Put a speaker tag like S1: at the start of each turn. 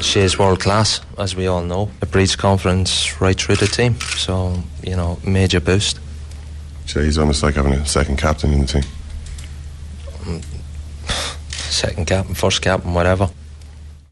S1: Shea's world class, as we all know. It breeds confidence right through the team. So, you know, major boost.
S2: Jay, he's almost like having a second captain in the team.
S1: Second captain, first captain, whatever.